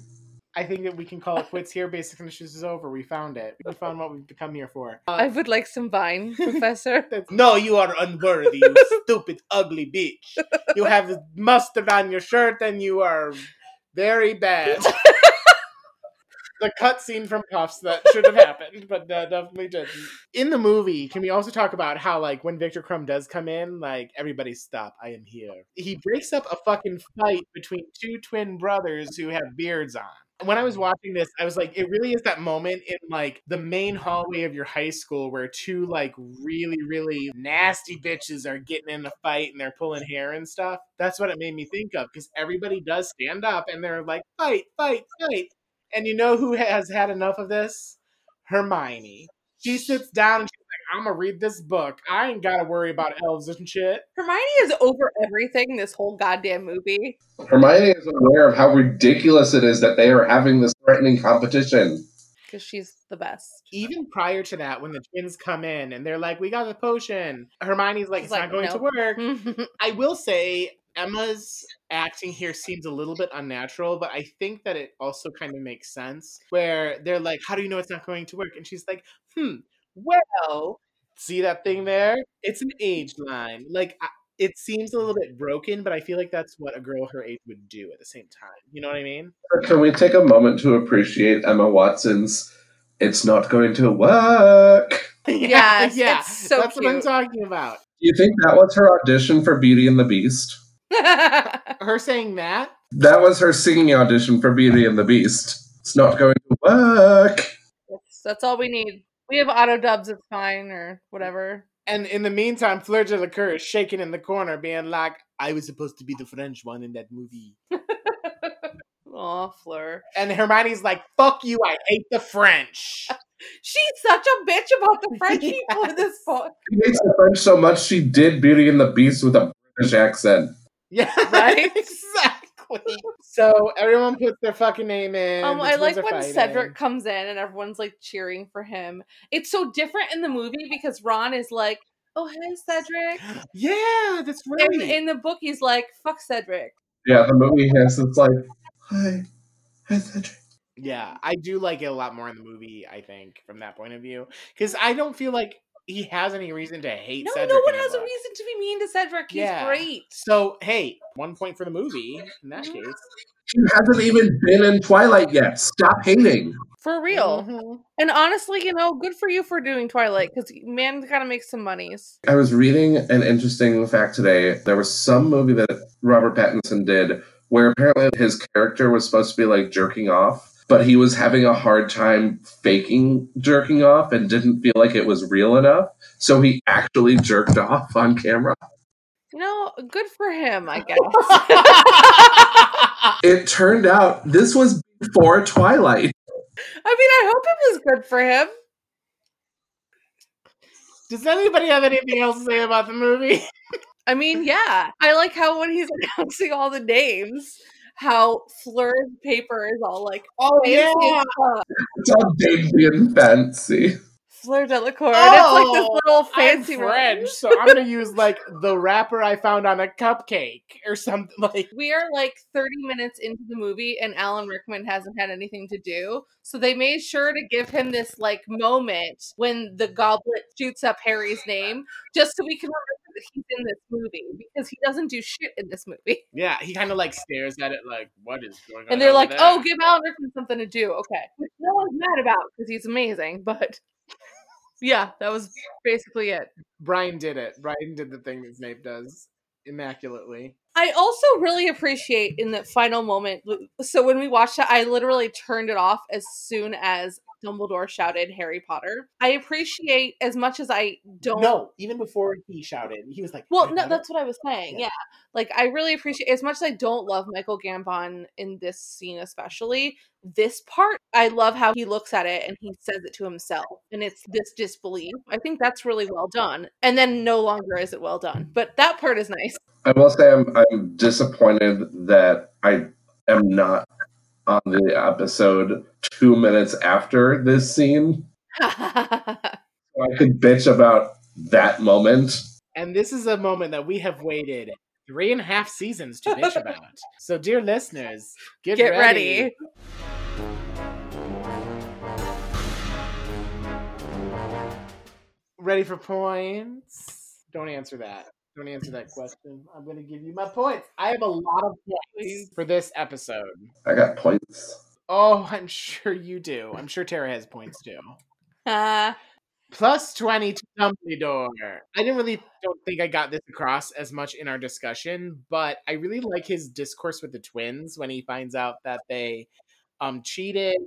S1: I think that we can call it quits here. Basic Conditions is over. We found it. We found what we've come here for.
S2: i would like some vine professor
S1: no, you are unworthy, you stupid, ugly bitch. You have mustard on your shirt and you are very bad. the cutscene from Puffs that should have happened, but that definitely didn't. In the movie, can we also talk about how, like, when Victor Crumb does come in, like, everybody stop, I am here. He breaks up a fucking fight between two twin brothers who have beards on. When I
S2: Um
S1: was watching this, I was like, it really is that moment in like the main hallway of your high school where two like really, really nasty bitches are getting in a fight and they're pulling hair and stuff. That's what it made me think of because everybody does stand up and they're like, fight, fight, fight. And you know who has had enough of this? Hermione. She sits down and she's like, I'm gonna read this book. I ain't gotta worry about elves and shit.
S2: hermione is over everything this whole goddamn movie
S3: Hermione is aware of how ridiculous it is that they are having this threatening competition.
S2: because she's the best
S1: Even prior to that, when the twins come in and they're like, We got the potion, Hermione's like, It's
S2: She's
S1: not
S2: like,
S1: going to
S2: "Nope."
S1: work.
S2: i
S1: I will say Emma's acting here seems a little bit unnatural, but I think that it also kind of makes sense where they're like, How do you know it's not going to work? And she's like, Hmm, well, see that thing there? It's an age line. Like, I, it seems a little bit broken, but I feel like that's what a girl her age would do at the same time. You know what I mean?
S3: Can we take a moment to appreciate Emma Watson's It's Not Going to Work?
S2: Yes, it's so
S1: that's what I'm
S2: cute.
S1: talking about.
S3: Do you think that was her audition for Beauty and the Beast?
S1: Her saying that,
S3: That was her singing audition for Beauty and the Beast. It's not going to work.
S2: that's, that's all we need we have auto dubs it's fine
S1: Mm.
S2: or whatever
S1: And in the meantime, Fleur Delacour is shaking in the corner, being like, I was supposed to be the French one in that movie.
S2: oh fleur
S1: And Hermione's like, fuck you, I hate the French.
S2: she's such a bitch about the french people in this book
S3: She hates the French so much she did Beauty and the Beast with a British accent.
S1: Yeah,
S2: Right?
S1: exactly. So everyone puts their fucking name in.
S2: Um,
S1: the
S2: I
S1: twins
S2: like
S1: are
S2: when
S1: fighting.
S2: Cedric comes in and everyone's like cheering for him. It's so different in the movie because Ron is like, "Oh hey Cedric,"
S1: Yeah, that's right.
S2: and in the book he's like, "Fuck Cedric."
S3: Yeah, the movie has it's like, hi, hi, Cedric.
S1: yeah, I do like it a lot more in the movie. I think from that point of view, because I don't feel like he has any reason to hate
S2: No,
S1: Cedric.
S2: no one
S1: in the
S2: has a
S1: book.
S2: reason to be mean to Cedric. He's
S1: Yeah.
S2: great.
S1: So hey, one point for the movie in that case.
S3: She hasn't even been in Twilight yet. Stop hating.
S2: For real.
S1: Mhm.
S2: And honestly, you know, good for you for doing Twilight because man gotta make some monies.
S3: I was reading an interesting fact today. There was some movie that Robert Pattinson did where apparently his character was supposed to be like jerking off, but he was having a hard time faking jerking off and didn't feel like it was real enough. So he actually jerked off on camera.
S2: You know, good for him, I guess.
S1: Mm-hmm.
S3: It turned out this was before Twilight.
S2: I mean, I hope it was good for him.
S1: Does anybody have anything else to say about the movie?
S2: I mean, yeah. I like how when he's announcing all the names, how Fleur's paper is all like,
S1: Oh
S2: yeah.
S3: It's all dainty and fancy.
S2: Fleur Delacour. and it's like
S1: Oh,
S2: this little
S1: I'm
S2: fancy one.
S1: French, so I'm gonna use like the wrapper I found on a cupcake or something like.
S2: We are like 30 minutes into the movie, and Alan Rickman hasn't had anything to do. So they made sure to give him this like moment when the goblet shoots up Harry's name, just so we can remember that he's in this movie because he doesn't do shit in this movie.
S1: Yeah, he kind of like stares at it like, "What is going on?"
S2: And they're
S1: over
S2: like,
S1: there?
S2: oh, give Alan Rickman something to do. Okay. Which no one's mad about because he's amazing, but. Yeah, that was basically it.
S1: Brian did it. Brian did the thing that Snape does immaculately.
S2: I also really appreciate in that final moment. So when we watched it, I literally turned it off as soon as Dumbledore shouted Harry Potter. I appreciate as much as I don't.
S1: No, even before he shouted, he was like,
S2: Well,
S1: "Harry
S2: no,
S1: Potter?"
S2: that's what I was saying.
S1: Yeah.
S2: Yeah. Like, I really appreciate as much as I don't love Michael Gambon in this scene, especially this part. I love how he looks at it and he says it to himself, and it's this disbelief. I think that's really well done. And then no longer is it well done, but that part is nice.
S3: I will say I'm I'm disappointed that I am not on the episode two minutes after this scene. I could bitch about that moment.
S1: And this is a moment that we have waited three and a half seasons to bitch about. So, dear listeners, get,
S2: Get
S1: ready.
S2: ready.
S1: Ready for points? Don't answer that. Don't answer that question. I'm going to give you my points. I have a lot of points for this episode.
S3: I got points.
S1: Oh, I'm sure you do. I'm sure Tara has points too.
S2: Uh,
S1: Plus 20 to Dumbledore. I didn't really don't think I got this across as much in our discussion, but I really like his discourse with the twins when he finds out that they um cheated.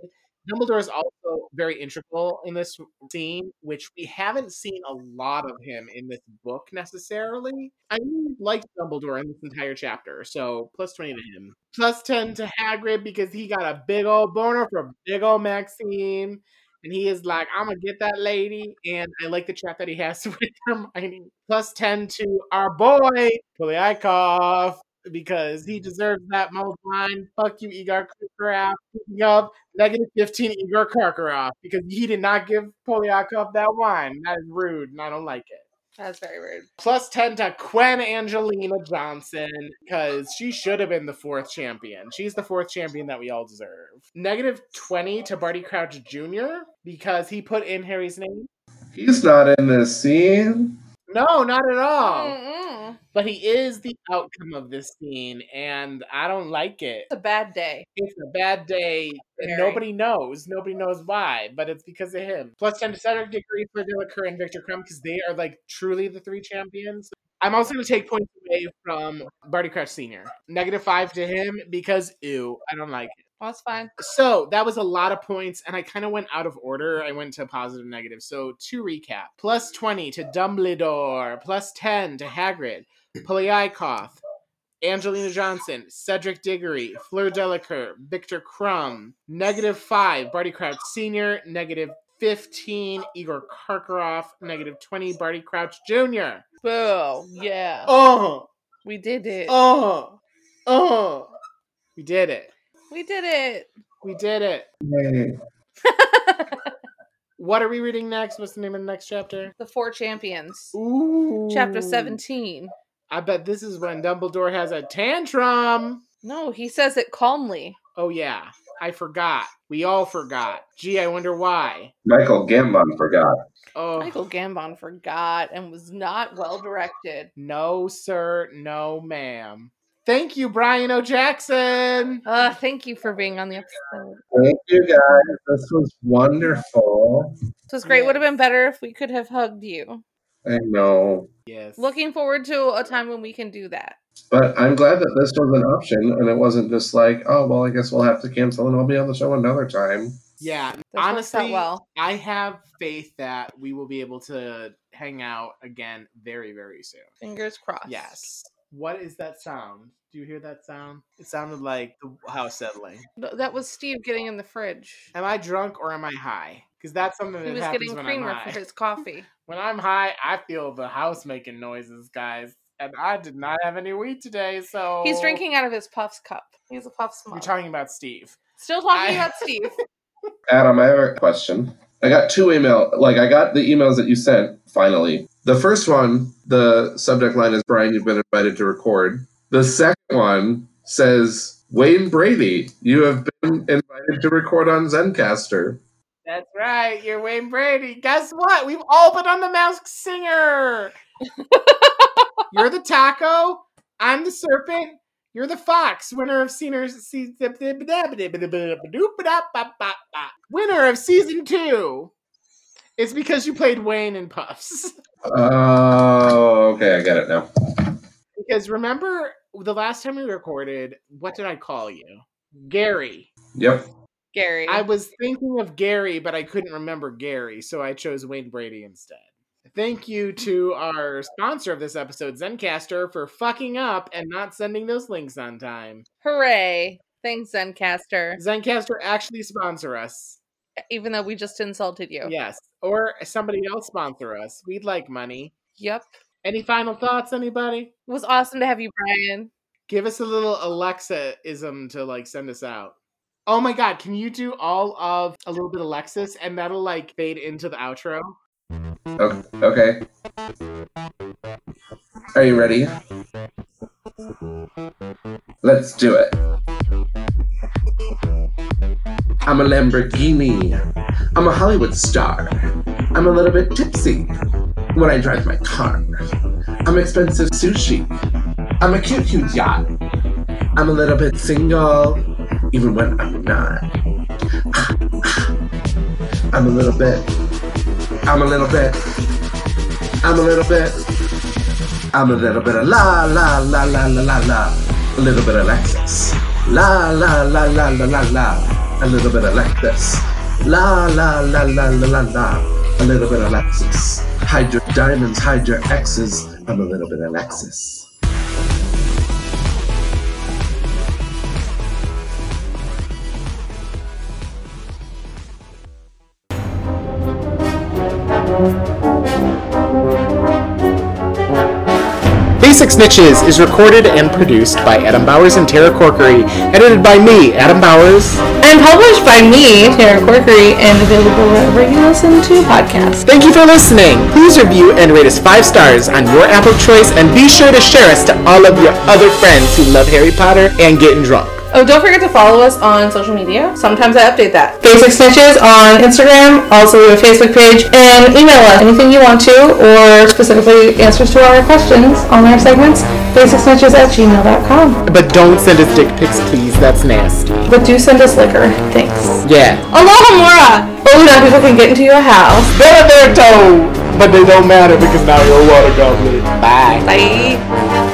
S1: Dumbledore is also very integral in this scene, which we haven't seen a lot of him in this book necessarily. I really liked Dumbledore in this entire chapter, so plus 20 to him. Plus 10 to Hagrid because he got a big old boner for big old Maxine and he is like, "I'm gonna get that lady." And I like the chat that he has with Hermione. Plus ten to our boy Polyakov because he deserves that most line. Fuck you, Igor Karkaroff. Speaking of negative fifteen, Igor Karkaroff because he did not give Polyakov that wine. That is rude, and I don't like it.
S2: That's very rude.
S1: Plus ten to Quen Angelina Johnson because she should have been the fourth champion. She's the fourth champion that we all deserve. Negative twenty to Barty Crouch Jr. because he put in Harry's name.
S3: He's not in this scene.
S1: No, not at
S2: oh. Mm.
S1: all.
S2: Mm-mm.
S1: But he is the outcome of this scene, and I don't like it.
S2: It's a bad day.
S1: It's a bad day. and
S2: Very.
S1: Nobody knows. Nobody knows why, but it's because of him. Plus 10 to Cedric Diggory, Fleur Delacour, and Victor Crumb because they are like truly the three champions. I'm also going to take points away from Barty Crouch Sr. Negative five to him because, ew, I don't like it.
S2: Well, it's fine.
S1: So that was a lot of points, and I kind of went out of order. I went to positive negative. So to recap, plus 20 to Dumbledore, plus 10 to Hagrid, Polyakov, Angelina Johnson, Cedric Diggory, Fleur Delacour, Victor Crumb, negative 5, Barty Crouch Sr., negative 15, Igor Karkaroff, negative 20, Barty Crouch Jr.
S2: Boo. Yeah.
S1: Oh,
S2: We did it.
S1: oh, oh. We did it.
S2: We did it.
S1: We did it.
S3: Yay.
S1: What are we reading next? What's the name of the next chapter?
S2: The Four Champions.
S1: Ooh.
S2: Chapter 17.
S1: I bet this is when Dumbledore has a tantrum.
S2: No, he says it calmly.
S1: Oh, yeah. I forgot. We all forgot. Gee, I wonder why.
S3: Michael Gambon forgot.
S1: Oh,
S2: Michael Gambon forgot and was not well directed.
S1: no, sir. No, ma'am. Thank you, Brian O. Jackson.
S2: Uh, thank you for being on the episode.
S3: Thank you guys. This was wonderful.
S2: This was great.
S1: Yeah.
S2: Would have been better if we could have hugged you.
S3: I know.
S1: Yes.
S2: Looking forward to a time when we can do that.
S3: But I'm glad that this was an option and it wasn't just like, oh, well, I guess we'll have to cancel and I'll be on the show another time.
S1: Yeah.
S2: This works out
S1: honestly,
S2: well.
S1: I have faith that we will be able to hang out again very, very soon.
S2: Fingers crossed.
S1: Yes. What is that sound? Do you hear that sound? It sounded like the house settling.
S2: Th- That was Steve getting in the fridge.
S1: Am I drunk or am I high? Because that's something
S2: He
S1: that
S2: was
S1: happens
S2: getting
S1: when I'm
S2: creamer
S1: high.
S2: for his coffee.
S1: When I'm high, I feel the house making noises, guys. And I did not have any weed today, so
S2: He's drinking out of his Puffs cup. He's a Puffs
S1: We're
S2: mug.
S1: talking about Steve.
S2: Still talking
S1: I-
S2: about Steve.
S3: Adam, I have a question. I got two email like I got the emails that you sent finally. The first one, the subject line is Brian, you've been invited to record. The second one says Wayne Brady, you have been invited to record on Zencaster.
S1: That's right. You're Wayne Brady. Guess what? We've all been on The Masked Singer. You're the taco. I'm the serpent. You're the fox. Winner of seniors. se- Winner of season two. It's because you played Wayne in Puffs.
S3: Oh, okay, I got it now.
S1: Because remember the last time we recorded, what did I call you? Gary.
S3: Yep.
S2: Gary.
S1: I was thinking of Gary, but I couldn't remember Gary, so I chose Wayne Brady instead. Thank you to our sponsor of this episode, Zencaster, for fucking up and not sending those links on time.
S2: Hooray. Thanks, Zencaster.
S1: Zencaster actually sponsor us.
S2: Even though we just insulted you.
S1: Yes. Or somebody else sponsor us. We'd like money.
S2: Yep.
S1: Any final thoughts, anybody?
S2: It was awesome to have you, Brian.
S1: Give us a little Alexa-ism to like send us out. Oh my god, can you do all of a little bit of Lexus and that'll like fade into the outro?
S3: Okay. Are you ready? Let's do it. I'm a Lamborghini. I'm a Hollywood star. I'm a little bit tipsy when I drive my car. I'm expensive sushi. I'm a cute, cute yacht. I'm a little bit single, even when I'm not. I'm a little bit. I'm a little bit. I'm a little bit. I'm a little bit of la la la la la la la. A little bit of Lexus. La la la la la la la. A little bit of Lexus. La la la la la la la. A little bit of Lexus. Hide your diamonds, hide your exes. I'm a little bit of Lexus.
S5: Basic Snitches is recorded and produced by Adam Bowers and Tara Corkery, edited by me, Adam Bowers.
S6: and published by me, Tara Corkery, and available wherever you listen to podcasts.
S5: Thank you for listening. Please review and rate us five stars on your app of choice, and be sure to share us to all of your other friends who love Harry Potter and getting drunk.
S2: Oh, don't forget to follow us on social media. Sometimes I update that.
S6: Basic Snitches on Instagram, also we have a Facebook page, and email us anything you want to, or specifically answers to our questions on our segments, basicsnitches at gmail.com.
S5: But don't send us dick pics, please. That's nasty.
S6: But do send us liquor. Thanks.
S5: Yeah.
S6: Aloha Mora! Oh, now people can get into your house.
S5: They're they're told, but they don't matter because now you're a water goblin. Bye.
S6: Bye.